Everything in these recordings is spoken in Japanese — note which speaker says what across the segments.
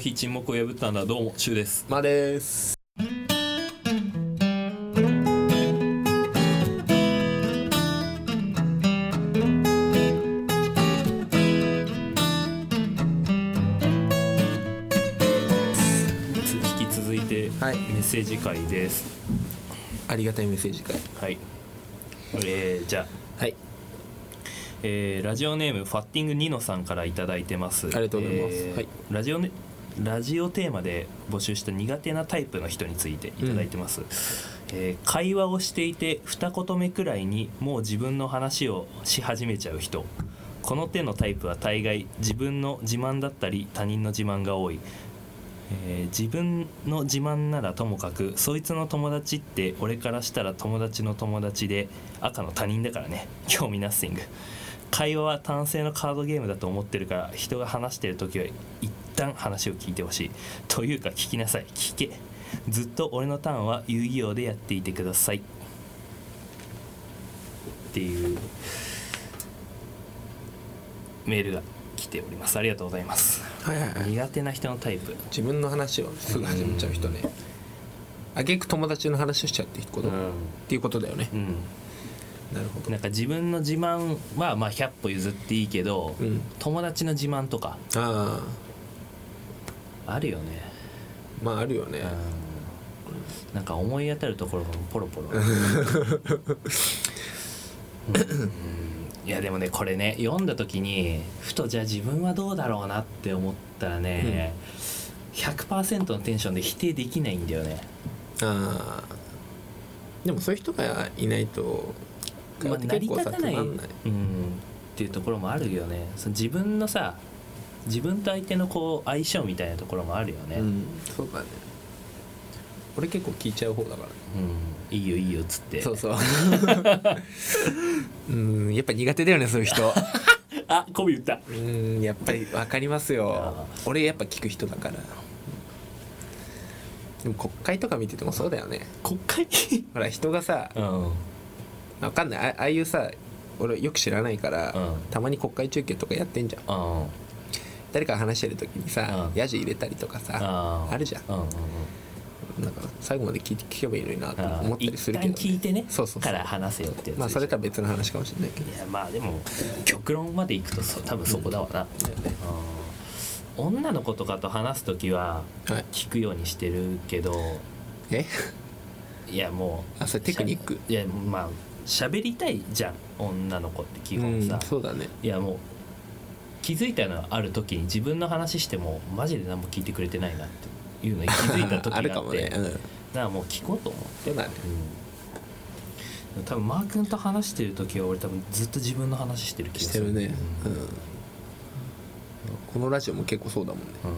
Speaker 1: 非沈黙を破ったんだどうもシュウです
Speaker 2: まあです。
Speaker 1: 引き続いてメ
Speaker 2: はい
Speaker 1: ッセージ会です
Speaker 2: ありがたいメッセージ会。
Speaker 1: はい、えー、じゃあ、
Speaker 2: はい。
Speaker 1: えーラジオネームファッティングニノさんから頂いただいてますあ
Speaker 2: りがとうございますはい
Speaker 1: ラジオネラジオテーマで募集した苦手なタイプの人についていただいてます、えー会話をしていて二言目くらいにもう自分の話をし始めちゃう人この手のタイプは大概自分の自慢だったり他人の自慢が多いえー自分の自慢ならともかくそいつの友達って俺からしたら友達の友達で赤の他人だからね興味ナッシング会話は単性のカードゲームだと思ってるから人が話してる時は一旦話を聞いてほしいというか聞きなさい聞けずっと俺のターンは遊戯王でやっていてくださいっていうメールが来ておりますありがとうございます
Speaker 2: はいはいはい。
Speaker 1: 苦手な人のタイプ
Speaker 2: 自分の話をすぐ始めちゃう人ね。あげく友達の話をしちゃうってこと、
Speaker 1: う
Speaker 2: っ
Speaker 1: ん
Speaker 2: ていうことだよね
Speaker 1: う。ん、
Speaker 2: なるほど。
Speaker 1: なんか自分の自慢はまあ100歩譲っていいけど、
Speaker 2: うん
Speaker 1: 友達の自慢とか
Speaker 2: ああ、
Speaker 1: あるよね、
Speaker 2: まああるよね。
Speaker 1: うん、なんか思い当たるところがポロポロ、うんいやでもねこれね読んだ時にふとじゃあ自分はどうだろうなって思ったらね、100%のテンションで否定できないんだよね、
Speaker 2: ああ。でもそういう人がいないと、
Speaker 1: まあ、成り立たない
Speaker 2: つま
Speaker 1: うん
Speaker 2: ん
Speaker 1: っ
Speaker 2: ない。
Speaker 1: ていうところもあるよねその自分のさ自分と相手のこう相性みたいなところもあるよね、
Speaker 2: うん、そうだね。俺結構聞いちゃう方だからね。
Speaker 1: うんいいよいいよっつって
Speaker 2: そうそう。 うん、やっぱ苦手だよね、そういう 人。
Speaker 1: あコビ言った
Speaker 2: うーんやっぱり分かりますよ
Speaker 1: あ
Speaker 2: 俺やっぱ聞く人だからでも国会とか見ててもそうだよね
Speaker 1: 国会
Speaker 2: ほら人がさ
Speaker 1: うんうん
Speaker 2: 分かんないあああいうさ俺よく知らないから、
Speaker 1: うん
Speaker 2: たまに国会中継とかやってんじゃん
Speaker 1: あ
Speaker 2: 誰かが話してる時にさ、
Speaker 1: うん
Speaker 2: ヤジ入れたりとかさ、
Speaker 1: あ
Speaker 2: あるじゃん
Speaker 1: うんうんうん
Speaker 2: なんか最後まで聞いて聞けばいいのになと
Speaker 1: あ
Speaker 2: 思ったり
Speaker 1: 一
Speaker 2: するけ
Speaker 1: 旦
Speaker 2: ど、
Speaker 1: 聞いてね
Speaker 2: そうそうそ
Speaker 1: か
Speaker 2: う
Speaker 1: ら話せよってやつ
Speaker 2: まあそれとは別の話かもしれないけど
Speaker 1: いやまあでも極論までいくとそう多分そこだわな、うん女の子とかと話す時は
Speaker 2: はい
Speaker 1: 聞くようにしてるけど
Speaker 2: え
Speaker 1: いやもう
Speaker 2: あそれテクニック
Speaker 1: しゃいやまあ喋りたいじゃん女の子って基
Speaker 2: う
Speaker 1: 本さ、
Speaker 2: んそうだね
Speaker 1: いやもう気づいたのある時に自分の話してもマジで何も聞いてくれてないなっていうのに気づいた時があ
Speaker 2: あ
Speaker 1: っ
Speaker 2: る
Speaker 1: て
Speaker 2: かもねうん
Speaker 1: だからもう聞こうと思う、
Speaker 2: そうだね
Speaker 1: うん、多分マー君と話してる時は俺多分ずっと自分の話してる気が
Speaker 2: し
Speaker 1: す
Speaker 2: て
Speaker 1: る
Speaker 2: るね、うん、このラジオも結構そうだもんね
Speaker 1: うん、うん、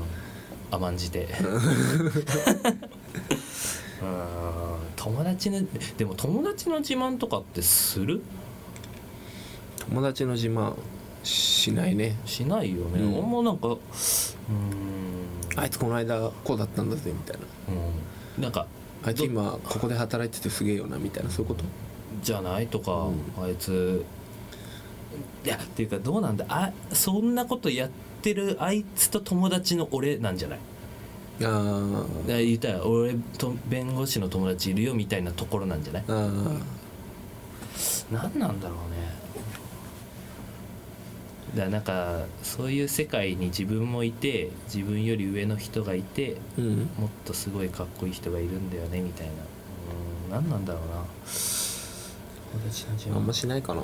Speaker 1: 甘んじて うん友達のでも友達の自慢とかってする
Speaker 2: 友達の自慢しないね
Speaker 1: しないよね、
Speaker 2: うん
Speaker 1: 俺もなんかうーん
Speaker 2: あいつこの間こうだったんだぜみたいな
Speaker 1: うん、なんか
Speaker 2: あいつ今ここで働いててすげえよなみたいなそういうこと
Speaker 1: じゃないとか、あいついやっていうかどうなんだあそんなことやってるあいつと友達の俺なんじゃない
Speaker 2: あ
Speaker 1: だから言ったら俺と弁護士の友達いるよみたいなところなんじゃない
Speaker 2: ーあ
Speaker 1: 何なんだろうねだからなんかそういう世界に自分もいて自分より上の人がいて
Speaker 2: ーうん
Speaker 1: もっとすごいかっこいい人がいるんだよねみたいなうん何なんだろうな友達の自
Speaker 2: あん
Speaker 1: 慢
Speaker 2: ましないかな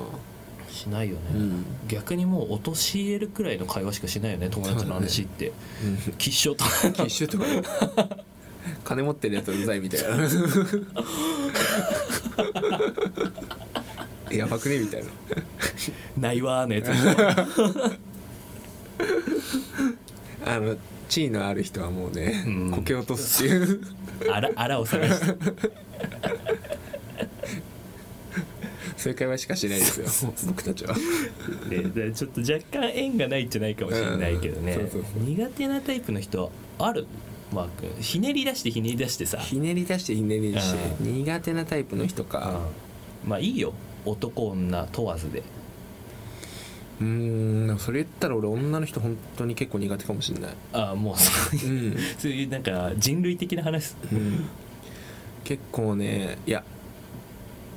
Speaker 1: しないよね、
Speaker 2: うん
Speaker 1: 逆にもう陥れるくらいの会話しかしないよね友達の話って 吉祥、と
Speaker 2: ティッシュとか 金持ってるやつうざいみたいな やばくねみたいな
Speaker 1: ないわーのやつで しょ
Speaker 2: あの地位のある人はもうね、
Speaker 1: うん
Speaker 2: こけ落とすっていう
Speaker 1: あらあらを探して
Speaker 2: そういう会話しかしないですよ僕たちは
Speaker 1: ででちょっと若干縁がないんじゃないかもしれないけどね、
Speaker 2: うんそうそうそう
Speaker 1: 苦手なタイプの人あるマー君ひねり出してひねり出してさ、
Speaker 2: ひねり出してひねり出して
Speaker 1: う
Speaker 2: 苦手なタイプの人
Speaker 1: うん
Speaker 2: か
Speaker 1: まあいいよ男女問わずで
Speaker 2: うーんでもそれ言ったら俺女の人本当に結構苦手かもしれない
Speaker 1: ああもうそういうう、
Speaker 2: ん
Speaker 1: そういうなんか人類的な話です
Speaker 2: うん結構ねいや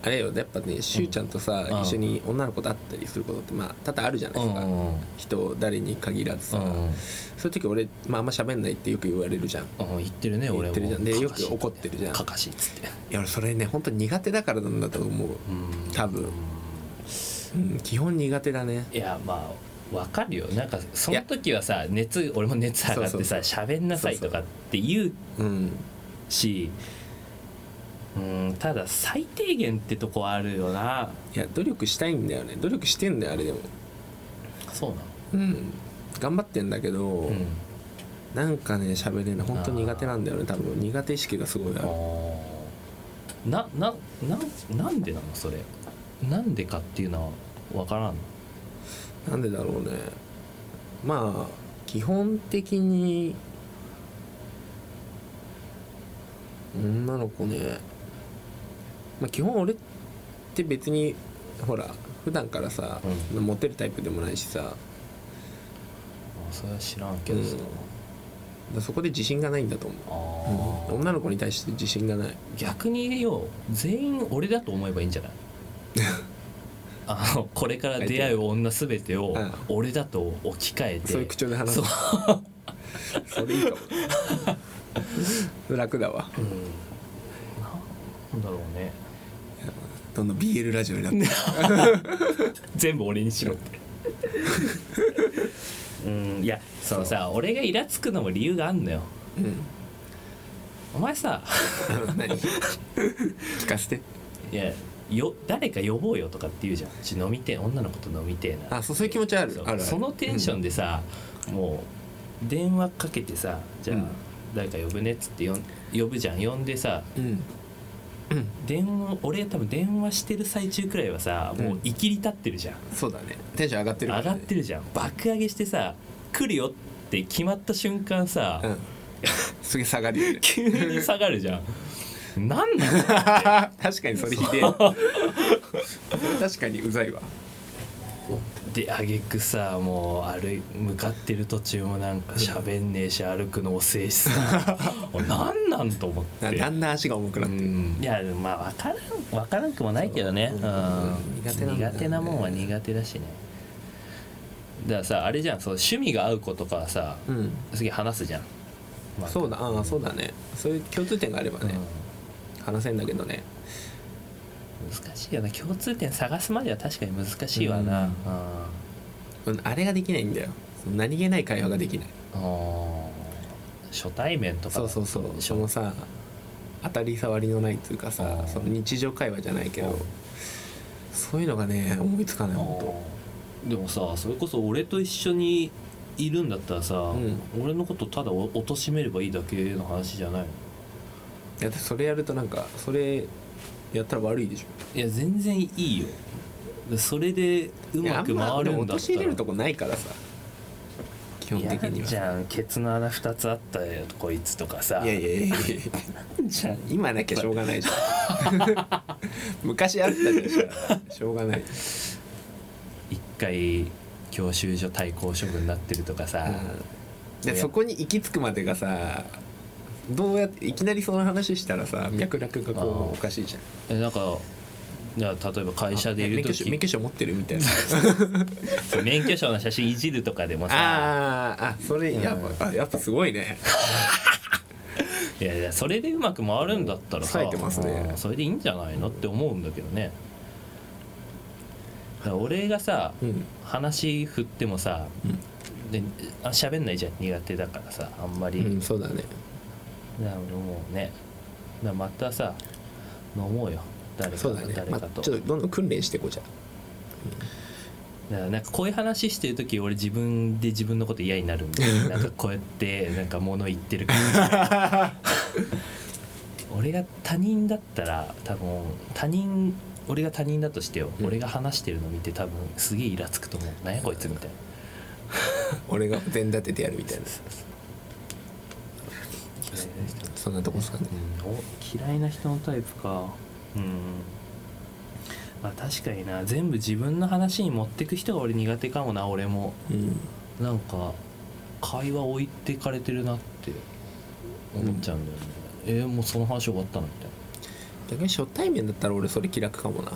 Speaker 2: あれよやっぱねしゅうちゃんとさ、
Speaker 1: うん
Speaker 2: 一緒に女の子と会ったりすることってまあ多々あるじゃないですか、
Speaker 1: うん
Speaker 2: 人誰に限らずさ、
Speaker 1: うん
Speaker 2: そういう時俺、まあ、あんま喋んないってよく言われるじゃん
Speaker 1: うん言ってるね俺
Speaker 2: 言っ
Speaker 1: も
Speaker 2: てるじゃんでよく怒
Speaker 1: っ
Speaker 2: ってるじゃん
Speaker 1: かかしっつって
Speaker 2: いや俺それね本当苦手だからなんだと思う、
Speaker 1: うん
Speaker 2: 多分、うん、基本苦手だね
Speaker 1: いやまあわかるよなんかその時はさ熱俺も熱上がってさ
Speaker 2: そう
Speaker 1: 喋んなさいとかって言う
Speaker 2: うん
Speaker 1: しうんただ最低限ってとこあるよない
Speaker 2: や努力したいんだよね努力してんだよあれでも
Speaker 1: そうな
Speaker 2: うん頑張ってんだけど、
Speaker 1: のうん
Speaker 2: なんかね喋れない本当苦手なんだよね多分苦手意識がすごいあ
Speaker 1: あ
Speaker 2: る
Speaker 1: ーななななんでなのそれなんでかっていうのはわからん
Speaker 2: なんでだろうねまあ基本的に女の子ね、まあ、基本俺って別にほら普段からさ、モテるタイプでもないしさ
Speaker 1: それは知らんけどさ、
Speaker 2: うんそこで自信がないんだと思
Speaker 1: あ
Speaker 2: う、
Speaker 1: ー
Speaker 2: 女の子に対して自信がない
Speaker 1: 逆によ全員俺だと思えばいいんじゃない あのこれから出会う女すべてを
Speaker 2: うん
Speaker 1: 俺だと置き換えて
Speaker 2: そういう口調で話す
Speaker 1: そう
Speaker 2: それいいかも楽だわ
Speaker 1: うんなんだろうね
Speaker 2: どんどん BL ラジオになって
Speaker 1: 全部俺にしろって うんいやそのさ俺がイラつくのも理由があんのよ
Speaker 2: うん
Speaker 1: お前さ
Speaker 2: 何聞かせて
Speaker 1: いやよ誰か呼ぼうよとかって言うじゃんうち飲みてえ女の子と飲みてえな
Speaker 2: あそうそういう気持ちある
Speaker 1: そう
Speaker 2: あるある
Speaker 1: そのテンションでさ、もう電話かけてさじゃあ、
Speaker 2: うん
Speaker 1: 誰か呼ぶねっつってよん呼ぶじゃん呼んでさ
Speaker 2: うん
Speaker 1: 電話俺多分電話してる最中くらいはさもううんいきり立ってるじゃん、
Speaker 2: そうだねテンション上がってる
Speaker 1: 上がって
Speaker 2: る
Speaker 1: るじゃん爆上げしてさ来るよって決まった瞬間さ、
Speaker 2: うん すげえ下がるよ ね
Speaker 1: 急に下がるじゃん なんなの
Speaker 2: 確かにそれひでえ確かにうざいわ
Speaker 1: であげくさもう歩い向かってる途中もなんか喋んねえし歩くの遅えし さもうなんなんと思って
Speaker 2: なだんだん足が重くな
Speaker 1: う
Speaker 2: ってる
Speaker 1: んいやまあわからんわからんくもないけどね、
Speaker 2: そううん苦手なんだよね
Speaker 1: 苦手なもんは苦手だしねだからさあれじゃんそう趣味が合う子とかはさ、
Speaker 2: うん
Speaker 1: すげえ話すじゃん、まあ
Speaker 2: そうだああそうだねそういう共通点があれば
Speaker 1: うん
Speaker 2: ね話せんだけどね
Speaker 1: 難しいよな共通点探すまでは確かに難しいわな、
Speaker 2: う
Speaker 1: うん
Speaker 2: んうんあれができないんだよその何気ない会話ができない
Speaker 1: うん初対面とか
Speaker 2: そうそうそうそのさ当たり障りのないっていうか
Speaker 1: う
Speaker 2: さ
Speaker 1: ん
Speaker 2: その日常会話じゃないけ
Speaker 1: うん
Speaker 2: どそういうのがね思いつかない
Speaker 1: あ
Speaker 2: 本
Speaker 1: ーでもさそれこそ俺と一緒にいるんだったらさ、
Speaker 2: ん
Speaker 1: 俺のことただお貶としめればいいだけの話じゃないの
Speaker 2: 当いやそれやるとなんかそれやったら悪いでし
Speaker 1: いや全然いいよそれで
Speaker 2: ょ
Speaker 1: うまく
Speaker 2: いやあん
Speaker 1: 回る
Speaker 2: 俺
Speaker 1: んだったら
Speaker 2: 陥れるとこないからさ基本的に
Speaker 1: 嫌
Speaker 2: は
Speaker 1: じゃんケツの穴2つあったよこいつとかさ
Speaker 2: いやいやいやいや
Speaker 1: じゃん
Speaker 2: 今なきゃしょう がないじゃん昔あったでしょしょうがない
Speaker 1: 一回教習所対抗処分になってるとかさ、
Speaker 2: でそこに行き着くまでがさどうやっていきなりその話したらさ脈絡が
Speaker 1: あ
Speaker 2: こ
Speaker 1: ー
Speaker 2: うおかしいじゃん
Speaker 1: えなんかじゃあ例えば会社でいる
Speaker 2: 免許証
Speaker 1: 時
Speaker 2: 免許証持ってるみたいな
Speaker 1: そう免許証の写真いじるとかでもさ
Speaker 2: あーあそれやっぱ、あやっぱすごいね
Speaker 1: いやいやそれでうまく回るんだったらさ
Speaker 2: 冴えてますね
Speaker 1: うんそれでいいんじゃないのって思うんだけどねだから俺がさ、
Speaker 2: うん
Speaker 1: 話振ってもさ、であ喋んないじゃん苦手だからさあんまり、
Speaker 2: うんそうだね
Speaker 1: だからもうねだからまたさ飲もうよ誰か
Speaker 2: そ
Speaker 1: と
Speaker 2: うだね
Speaker 1: 誰
Speaker 2: ま
Speaker 1: か
Speaker 2: あ、
Speaker 1: と,、
Speaker 2: ちょっとどんどん訓練していこう じゃん
Speaker 1: だからなんかこういう話してる時俺自分で自分のこと嫌になるんでなんかこうやってなんか物言ってる感 じ俺が他人だったら多分他人俺が他人だとしてよ、
Speaker 2: うん
Speaker 1: 俺が話してるの見て多分すげえイラつくと思う「なんやこいつ」みたいな
Speaker 2: 俺がお膳立ててやるみたいな
Speaker 1: そう
Speaker 2: そんなとこですかね
Speaker 1: うんお嫌いな人のタイプかうんまあ確かにな全部自分の話に持ってく人が俺苦手かもな俺も
Speaker 2: うん
Speaker 1: なんか会話置いてかれてるなって思っちゃうんだよね、えーもうその話終わったのみたいな
Speaker 2: 逆に初対面だったら俺それ気楽かもな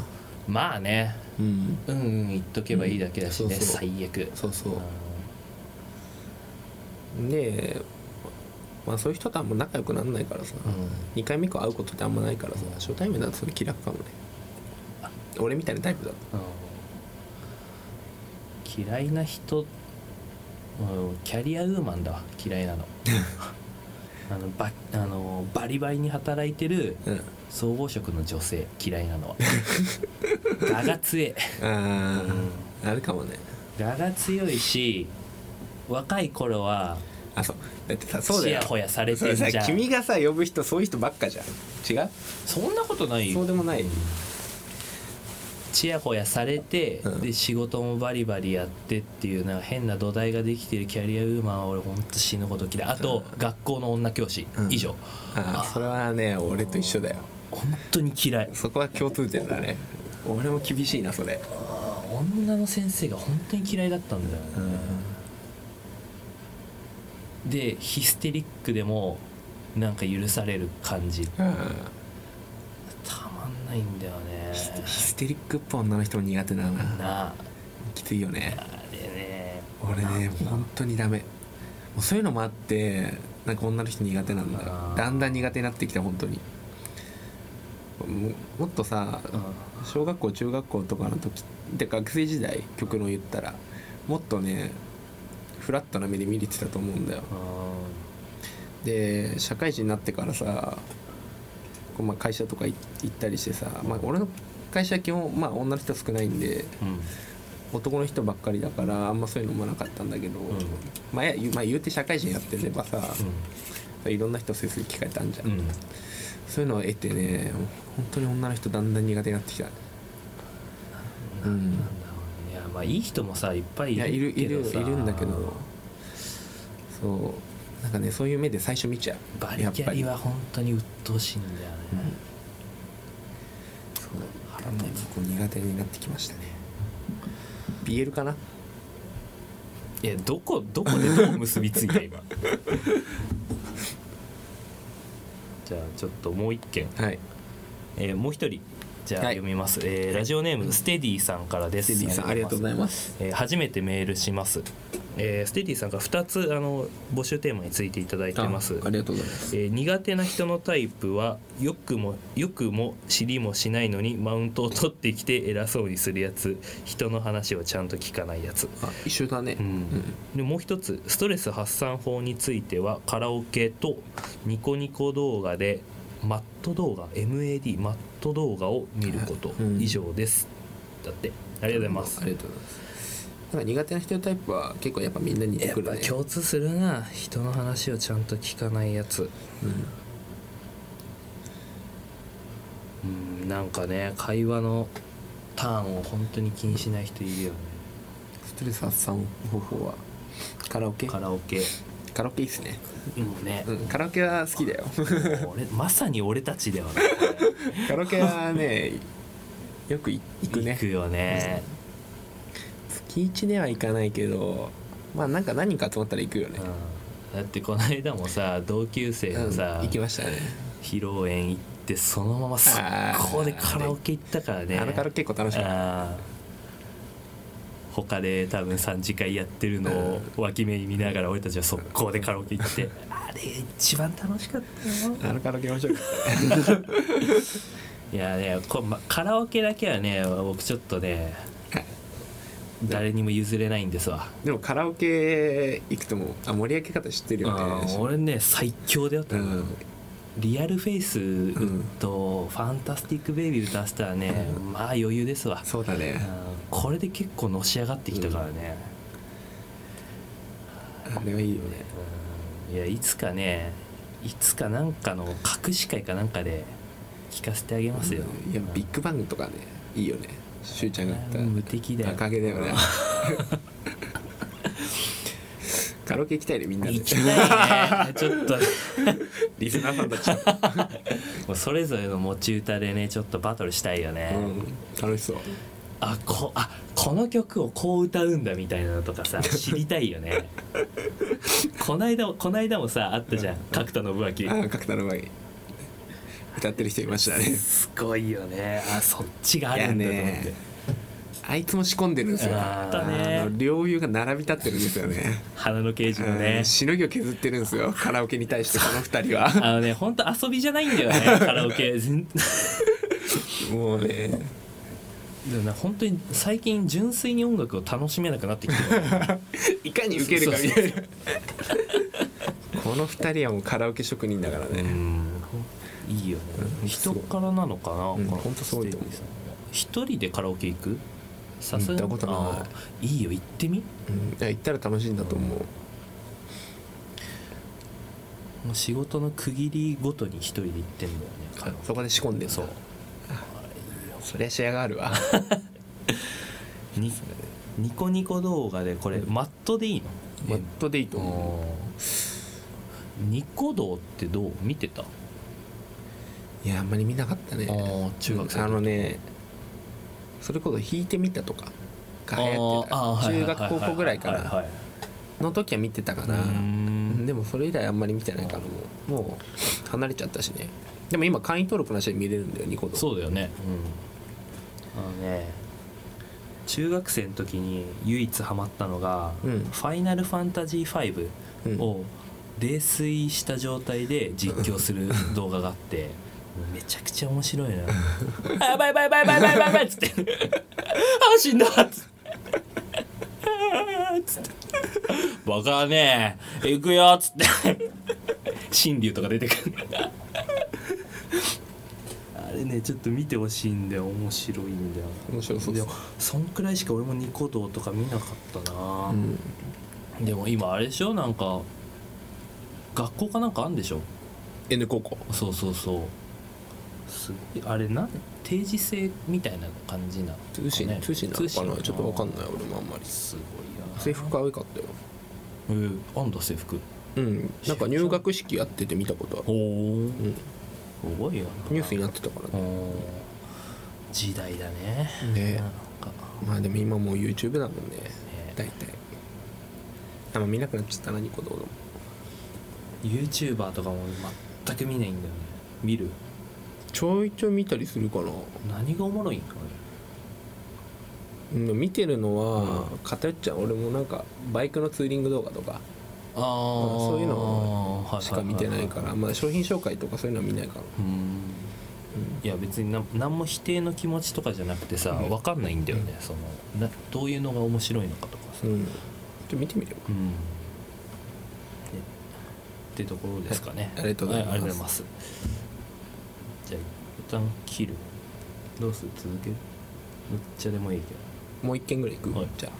Speaker 1: まあね
Speaker 2: うん
Speaker 1: うんうん言っとけばいいだけだしね、
Speaker 2: うんそうそう
Speaker 1: 最悪
Speaker 2: そうそう
Speaker 1: うん
Speaker 2: でまあそういう人とあんま仲良くなんないからさ、
Speaker 1: うん
Speaker 2: 2回目以降会うことってあんまないからさ初対面だとそれ気楽かもね俺みたいなタイプだと
Speaker 1: うん嫌いな人、うんキャリアウーマンだわ嫌いな のあのばあのバリバリに働いてる
Speaker 2: うん
Speaker 1: 総合職の女性嫌いな のは我が強え
Speaker 2: あああるかもね
Speaker 1: 我が強いし若い頃は
Speaker 2: あそうだってさそう
Speaker 1: ち
Speaker 2: だ
Speaker 1: や
Speaker 2: よ
Speaker 1: ほやされ
Speaker 2: そ
Speaker 1: て
Speaker 2: れ
Speaker 1: んじ
Speaker 2: さ
Speaker 1: ゃん
Speaker 2: 君がさ呼ぶ人そういう人ばっかじゃん違う
Speaker 1: そんなことない
Speaker 2: そう
Speaker 1: よ
Speaker 2: でもない
Speaker 1: ちやほやされて、
Speaker 2: うん
Speaker 1: で仕事もバリバリやってっていうなんか変な土台ができてるキャリアウーマンは俺ほんと死ぬほど嫌いあと、学校の女教師、
Speaker 2: うん
Speaker 1: 以上
Speaker 2: ああそれはね俺と一緒だよ
Speaker 1: 本当に嫌い
Speaker 2: そこは共通点だね俺も厳しいなそれ
Speaker 1: 女の先生が本当に嫌いだったんだよね、でヒステリックでもなんか許される感じ
Speaker 2: うん
Speaker 1: たまんないんだよね
Speaker 2: ヒステリックっぽい女の人も苦手だな
Speaker 1: なあ
Speaker 2: きついよね
Speaker 1: あれね
Speaker 2: 俺ね本当にダメもうそういうのもあってなんか女の人苦手なんだよ
Speaker 1: あー
Speaker 2: だんだん苦手になってきた本当にももっとさ
Speaker 1: う
Speaker 2: 小学校中学校とかの時で学生時代極論言ったらもっとねフラットな目で見れてたと思うんだよ
Speaker 1: ん
Speaker 2: で社会人になってからさこうまあ会社とかい行ったりしてさ、まあ、俺の会社は基本、まあ、女の人少ないんで
Speaker 1: うん
Speaker 2: 男の人ばっかりだからあんまそういうのもなかったんだけど、
Speaker 1: ん
Speaker 2: まあ、やまあ言うて社会人やってればさ、いろんな人接する機会ってあるじゃん、
Speaker 1: うんうん
Speaker 2: そういうのを得てね本当に女の人だんだん苦手になってきたうん
Speaker 1: いやまあいい人もさいっぱい
Speaker 2: いやいるい
Speaker 1: け
Speaker 2: る
Speaker 1: ど
Speaker 2: い
Speaker 1: さ
Speaker 2: るんだけどそうなんかねそういう目で最初見ちゃう
Speaker 1: バリキャリは本当に鬱陶しいんだよね、
Speaker 2: そう腹立つこう苦手になってきましたね BL かない
Speaker 1: やどこどこでどう結びついた今じゃあちょっともう一件、
Speaker 2: はい
Speaker 1: えーもう一人じゃあ
Speaker 2: はい
Speaker 1: 読みます、えーラジオネームステディさんからです
Speaker 2: セディさんありがとうございます
Speaker 1: えー初めてメールします、えーステディさんから2つあの募集テーマについていただいてます
Speaker 2: あありがとうございます
Speaker 1: えー苦手な人のタイプはよくもよくも知りもしないのにマウントを取ってきて偉そうにするやつ人の話をちゃんと聞かないやつ、
Speaker 2: あ一緒だね
Speaker 1: うんでもう一つストレス発散法についてはカラオケとニコニコ動画でマット動画 MAD マット動画を見ること
Speaker 2: うん
Speaker 1: 以上です、だってありがとうございます
Speaker 2: ありがとうございますなんか苦手な人のタイプは結構やっぱみんな似て
Speaker 1: やっ
Speaker 2: くる
Speaker 1: ぱ
Speaker 2: ね
Speaker 1: 共通するな人の話をちゃんと聞かないやつうんなんかね会話のターンを本当に気にしない人いるよね
Speaker 2: ストレス発散方法はカラオケ
Speaker 1: カ
Speaker 2: カ
Speaker 1: ラオケ
Speaker 2: ラオケいいっすね、
Speaker 1: もうね
Speaker 2: う、ん、カラオケは好きだよ
Speaker 1: もう俺まさに俺たちではな
Speaker 2: カラオケはねよくい行く
Speaker 1: い、
Speaker 2: ね
Speaker 1: 行くよね
Speaker 2: 月1では行かないけどまあなんか何人か集まったら行くよね、
Speaker 1: うんだってこの間もさ同級生
Speaker 2: うん
Speaker 1: のさ、
Speaker 2: 行きましたね
Speaker 1: 披露宴行ってそのまま速攻でカラオケ行ったからね
Speaker 2: あのカラオケ結構楽しかった
Speaker 1: あー他で多分3次会やってるのを脇目に見ながら俺たちは速攻でカラオケ行って あれ一番楽しかったよ
Speaker 2: あのカラオケ面白かっ
Speaker 1: いやねこ、ま、カラオケだけはね僕ちょっとね
Speaker 2: たね
Speaker 1: 誰にも譲れないんですわ、
Speaker 2: でもカラオケ行くともうあ盛り上げ方知ってる
Speaker 1: う
Speaker 2: よね
Speaker 1: ん、俺ね最強だよ多
Speaker 2: う
Speaker 1: 分、
Speaker 2: ん
Speaker 1: リアルフェイスと「ファンタスティック・ベイビー」歌わせたらね、まあ余裕ですわ
Speaker 2: そうだね
Speaker 1: うんこれで結構のし上がってきたからね、
Speaker 2: あれはいいよね
Speaker 1: うんいやいつかねいつかなんかの隠し会かなんかで聞かせてあげますよ、
Speaker 2: いやビッグバンとかねいいよねしゅうちゃんが言った
Speaker 1: うん無敵だよ
Speaker 2: 赤毛だよね カラオケ行きたいねみんなで
Speaker 1: 行きたいねちょっと
Speaker 2: リスナーさんたち、
Speaker 1: もうそれぞれの持ち歌でねちょっとバトルしたいよね、
Speaker 2: うん、楽しそう
Speaker 1: あこあこの曲をこう歌うんだみたいなのと かさ知りたいよねこないだもこないだもさあったじゃん角田信
Speaker 2: あ
Speaker 1: 明
Speaker 2: あ角田の場合歌ってる人いましたね
Speaker 1: すごいよねあそっちがあるんだと思っ
Speaker 2: いや
Speaker 1: て
Speaker 2: ねあいつも仕込んでるんですよ
Speaker 1: あーあったね
Speaker 2: あの両雄が並び立ってるんですよね
Speaker 1: 花の刑事の
Speaker 2: う
Speaker 1: ね
Speaker 2: んしのぎを削ってるんですよカラオケに対してこの二人は
Speaker 1: あのね本当遊びじゃないんだよねカラオケ全
Speaker 2: もうね
Speaker 1: でもな本当に最近純粋に音楽を楽しめなくなってきてる
Speaker 2: いかに受けるかみたいなこの二人はもうカラオケ職人だから
Speaker 1: う
Speaker 2: ね、
Speaker 1: んいいよね
Speaker 2: うん
Speaker 1: 人からなのかな、
Speaker 2: うん
Speaker 1: この
Speaker 2: 本当そうだと思う
Speaker 1: ステージさん一人でカラオケ行くさすがに
Speaker 2: 行ったことない
Speaker 1: あーいいよ行ってみ
Speaker 2: うんいや行ったら楽しいんだと思う、
Speaker 1: もう仕事の区切りごとに一人で行ってんだよねカラオケ
Speaker 2: そこで仕込んでんだ
Speaker 1: そう
Speaker 2: そりゃ仕上がる わ
Speaker 1: にニコニコ動画でこれマットでいいの
Speaker 2: マットでいいと思
Speaker 1: うんニコ動ってどう見てた
Speaker 2: ういやあんまり見なかったね
Speaker 1: ああ中学生の
Speaker 2: あのねそれこそ弾いてみたとかが流行ってた中学高校ぐらいからの時は見てたかな
Speaker 1: うん
Speaker 2: でもそれ以来あんまり見てないからもうもう離れちゃったしねでも今会員登録なしで見れるんだよニコ動
Speaker 1: そうだよねあのね中学生の時に唯一ハマったのが「
Speaker 2: うん
Speaker 1: ファイナルファンタジー5」を泥酔した状態で実況す る動画があってめちゃくちゃ面白いな「 あやばいやばいやばいやばいやばいやばい」っつって「 あ死んだ」っつって。あーっつって「バカねえ行くよ」っつって神竜とか出てくるあれねちょっと見てほしいんだよ面白いんだよ
Speaker 2: 面白そう
Speaker 1: で
Speaker 2: そう
Speaker 1: もそんくらいしか俺もニコ動とか見なかったな、
Speaker 2: うん
Speaker 1: でも今あれでしょなんか学校かなんかあんでしょ
Speaker 2: N 高校
Speaker 1: そうそうそうすごいあれなん定時制みたいな感じなのかね
Speaker 2: 通信通信なのかなちょっとわかん
Speaker 1: い
Speaker 2: ない俺もあんまり
Speaker 1: すご
Speaker 2: 制
Speaker 1: いな
Speaker 2: 服可愛かったよ
Speaker 1: うんあんだ制服
Speaker 2: うんなんか入学式やってて見たことあ
Speaker 1: おお、
Speaker 2: るうん
Speaker 1: すごいよな
Speaker 2: ニュースになってたから
Speaker 1: お
Speaker 2: ね
Speaker 1: ー時代だね
Speaker 2: ね
Speaker 1: なんか
Speaker 2: まあでも今もう YouTube だもんね
Speaker 1: ね
Speaker 2: 大体あんま見なくなっちゃったなニコ動も
Speaker 1: YouTuber とかも全く見ないんだよね見る
Speaker 2: ちょいちょい見たりするかな
Speaker 1: 何がおもろいんかね
Speaker 2: うん見てるのは偏っちゃう俺もなんかバイクのツーリング動画とか
Speaker 1: ああ
Speaker 2: そういうのしか見てないから、まあ、商品紹介とかそういうのは見ないかな
Speaker 1: うんいや別にな何も否定の気持ちとかじゃなくてさ分かんないんだよね、そのなどういうのが面白いのかとかさ、
Speaker 2: うんちょっと見てみれば
Speaker 1: うんでってところですかね、
Speaker 2: はいありがとうございます
Speaker 1: はありがとうございますじゃあ一旦切るどうする続けるどっちでもいいけ
Speaker 2: もう一件ぐらい行く、
Speaker 1: はい
Speaker 2: じゃ
Speaker 1: ど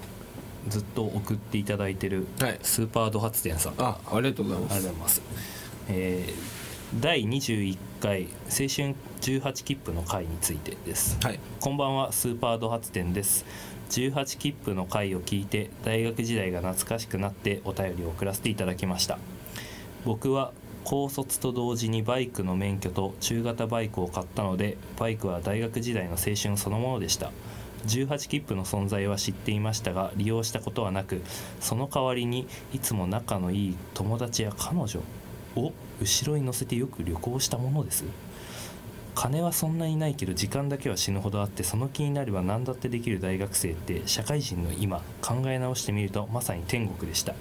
Speaker 1: ずっと送っていただいてる
Speaker 2: あはい
Speaker 1: スーパード発電さん
Speaker 2: あありがとうございま
Speaker 1: ありがとうご
Speaker 2: す
Speaker 1: ざいます。えー第21回青春18切符の会についてです。
Speaker 2: はい
Speaker 1: こんばんはスーパード発展です18切符の回を聞いて大学時代が懐かしくなってお便りを送らせていただきました僕は高卒と同時にバイクの免許と中型バイクを買ったのでバイクは大学時代の青春そのものでした18切符の存在は知っていましたが利用したことはなくその代わりにいつも仲のいい友達や彼女を後ろに乗せてよく旅行したものです金はそんなにないけど時間だけは死ぬほどあってその気になれば何だってできる大学生って社会人の今考え直してみるとまさに天国でした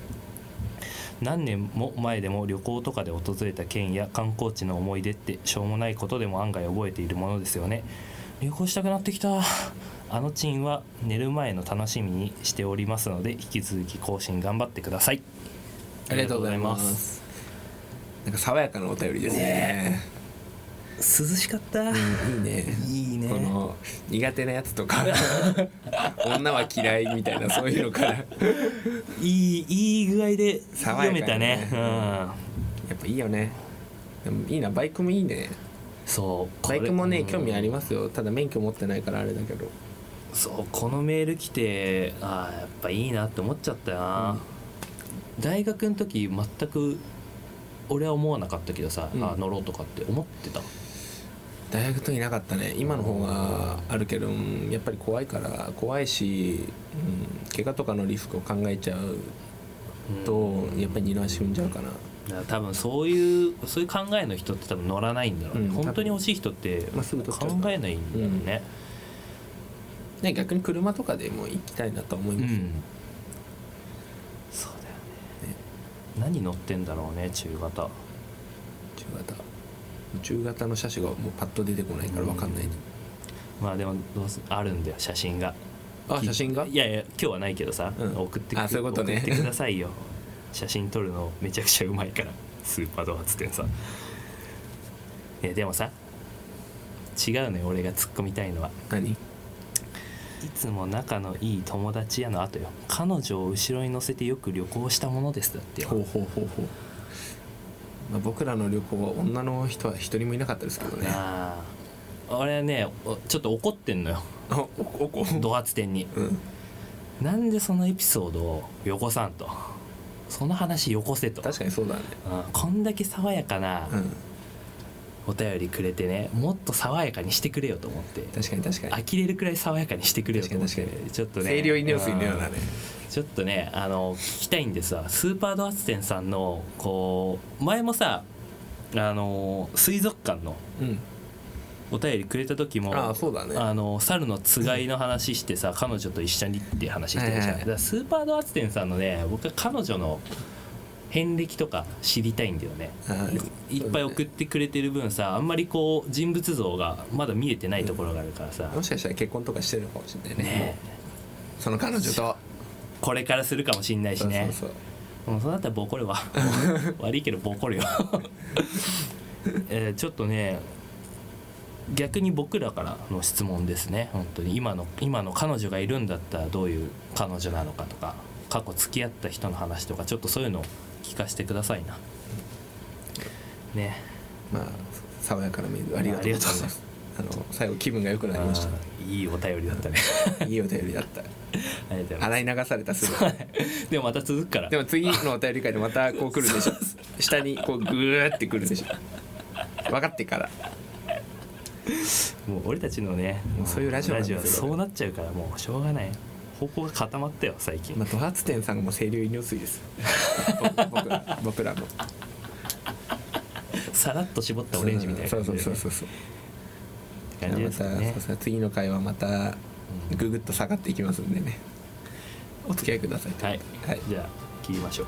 Speaker 1: 何年も前でも旅行とかで訪れた県や観光地の思い出ってしょうもないことでも案外覚えているものですよね旅行したくなってきたあのチンは寝る前の楽しみにしておりますので引き続き更新頑張ってください
Speaker 2: ありがとうござい
Speaker 1: あ
Speaker 2: ま
Speaker 1: りがとうございます
Speaker 2: なんか爽やかなお便りですね
Speaker 1: 涼しかった、
Speaker 2: うんいいね
Speaker 1: いいね
Speaker 2: この苦手なやつ とか女は嫌いみたいなそういうのからや
Speaker 1: いいいい具合で
Speaker 2: 爽や
Speaker 1: 読
Speaker 2: か
Speaker 1: め
Speaker 2: やね
Speaker 1: たねうん
Speaker 2: っぱいいよねでもいいなバイクもいいね
Speaker 1: そう
Speaker 2: バイクもね
Speaker 1: これ
Speaker 2: 興味あり
Speaker 1: うん
Speaker 2: ますよただ免許持ってないからあれだけど
Speaker 1: そうこのメール来てあーやっぱいいなって思っちゃったよな、大学の時全く俺は思わなかったけどさ、
Speaker 2: うん
Speaker 1: あ乗ろうとかって思ってた
Speaker 2: 大学の時なかったね今の方があるけどうんやっぱり怖いから怖いし、うん、怪我とかのリスクを考えちゃうとやっぱり二の足踏んじゃうかな
Speaker 1: だから多分そういうそういう考えの人って多分乗らないんだろうね、
Speaker 2: うん
Speaker 1: 本当に欲しい人って
Speaker 2: まあすぐ取っちゃ
Speaker 1: 考
Speaker 2: うから
Speaker 1: えないんだろうね
Speaker 2: ね逆に車とかでも行きたいなと思い
Speaker 1: うん、
Speaker 2: ます、
Speaker 1: そうだよね何乗ってんだろうね中型
Speaker 2: 中型中型の車種がもうパッと出てこないから分かんない、
Speaker 1: まあでもどうすあるんだよ写真が
Speaker 2: あ写真が
Speaker 1: いやいや今日はないけどさ、
Speaker 2: うん
Speaker 1: 送ってく
Speaker 2: あそういうことね
Speaker 1: 送ってくださいよ写真撮るのめちゃくちゃうまいからスーパードア発店さいやでもさ違うね俺が突っ込みたいのは
Speaker 2: 何
Speaker 1: いつも仲のいい友達やの後よ彼女を後ろに乗せてよく旅行したものですだってよ
Speaker 2: ほうほうほうほう、まあ、僕らの旅行は女の人は一人もいなかったですけどね
Speaker 1: なあ俺はねおちょっと怒って んのよ
Speaker 2: あおおこ
Speaker 1: ドアツ店に
Speaker 2: うん
Speaker 1: なんでそのエピソードをよこさんとその話よこせと
Speaker 2: 確かにそうだね
Speaker 1: うんこんだけ爽やかな
Speaker 2: うん
Speaker 1: お便りくれてねもっと爽やかにしてくれよと思って
Speaker 2: 確かに確かに
Speaker 1: 呆れるくらい爽やかにしてくれよと思って
Speaker 2: 確かに確
Speaker 1: ちょっとね
Speaker 2: 清涼飲料水のようなね
Speaker 1: ちょっとねあの聞きたいんですわスーパードアツ店さんのこう前もさあの水族館の
Speaker 2: うん
Speaker 1: お便りくれた時も
Speaker 2: ああそうだね
Speaker 1: あの猿のつがいの話してさ彼女と一緒にって話してたじ
Speaker 2: はい
Speaker 1: ゃ
Speaker 2: は
Speaker 1: ん
Speaker 2: い
Speaker 1: だからスーパードアツ店さんのね僕は彼女の遍歴とか知りたいんだよね
Speaker 2: あ
Speaker 1: いっぱい送ってくれてる分さあんまりこう人物像がまだ見えてないところがあるからさ
Speaker 2: もしかしたら結婚とかしてるのかもしれないね
Speaker 1: ね
Speaker 2: その彼女と
Speaker 1: これからするかもしんないし
Speaker 2: そう
Speaker 1: ね
Speaker 2: そうそう
Speaker 1: もうそうなったらボコ るわ悪いけどボコるよ えーちょっとね逆に僕らからの質問ですね本当に今の今の彼女がいるんだったらどういう彼女なのかとか過去付き合った人の話とかちょっとそういうのを聞かせてくださいなね
Speaker 2: まあ爽やかなメールありがとうございますあの最後気分が良くなりまし
Speaker 1: あーいいお便りだった ね
Speaker 2: たいいお便りだった
Speaker 1: ありがとうございます
Speaker 2: 洗い流されたすぐ
Speaker 1: でもまた続くから
Speaker 2: でも次のお便り会でまたこう来るでしょ下にこうグーって来るでし ょ分かってから
Speaker 1: もう俺たちのね
Speaker 2: もうそういうラジオなんですよ
Speaker 1: はそうなっちゃうからもうしょうがない方向が固まったよ最近、
Speaker 2: まあ、ドハツ店さんがもう清涼飲料水です 僕ら僕らの
Speaker 1: さらっと絞ったオレンジみたいな
Speaker 2: そう
Speaker 1: 感じ
Speaker 2: そう
Speaker 1: で
Speaker 2: そうそうそう
Speaker 1: って感じですかね
Speaker 2: またそうそう次の回はまた
Speaker 1: うん
Speaker 2: ググッと下がっていきますんでねお付き合いくださいと
Speaker 1: はい、
Speaker 2: はい
Speaker 1: じゃあ切りましょう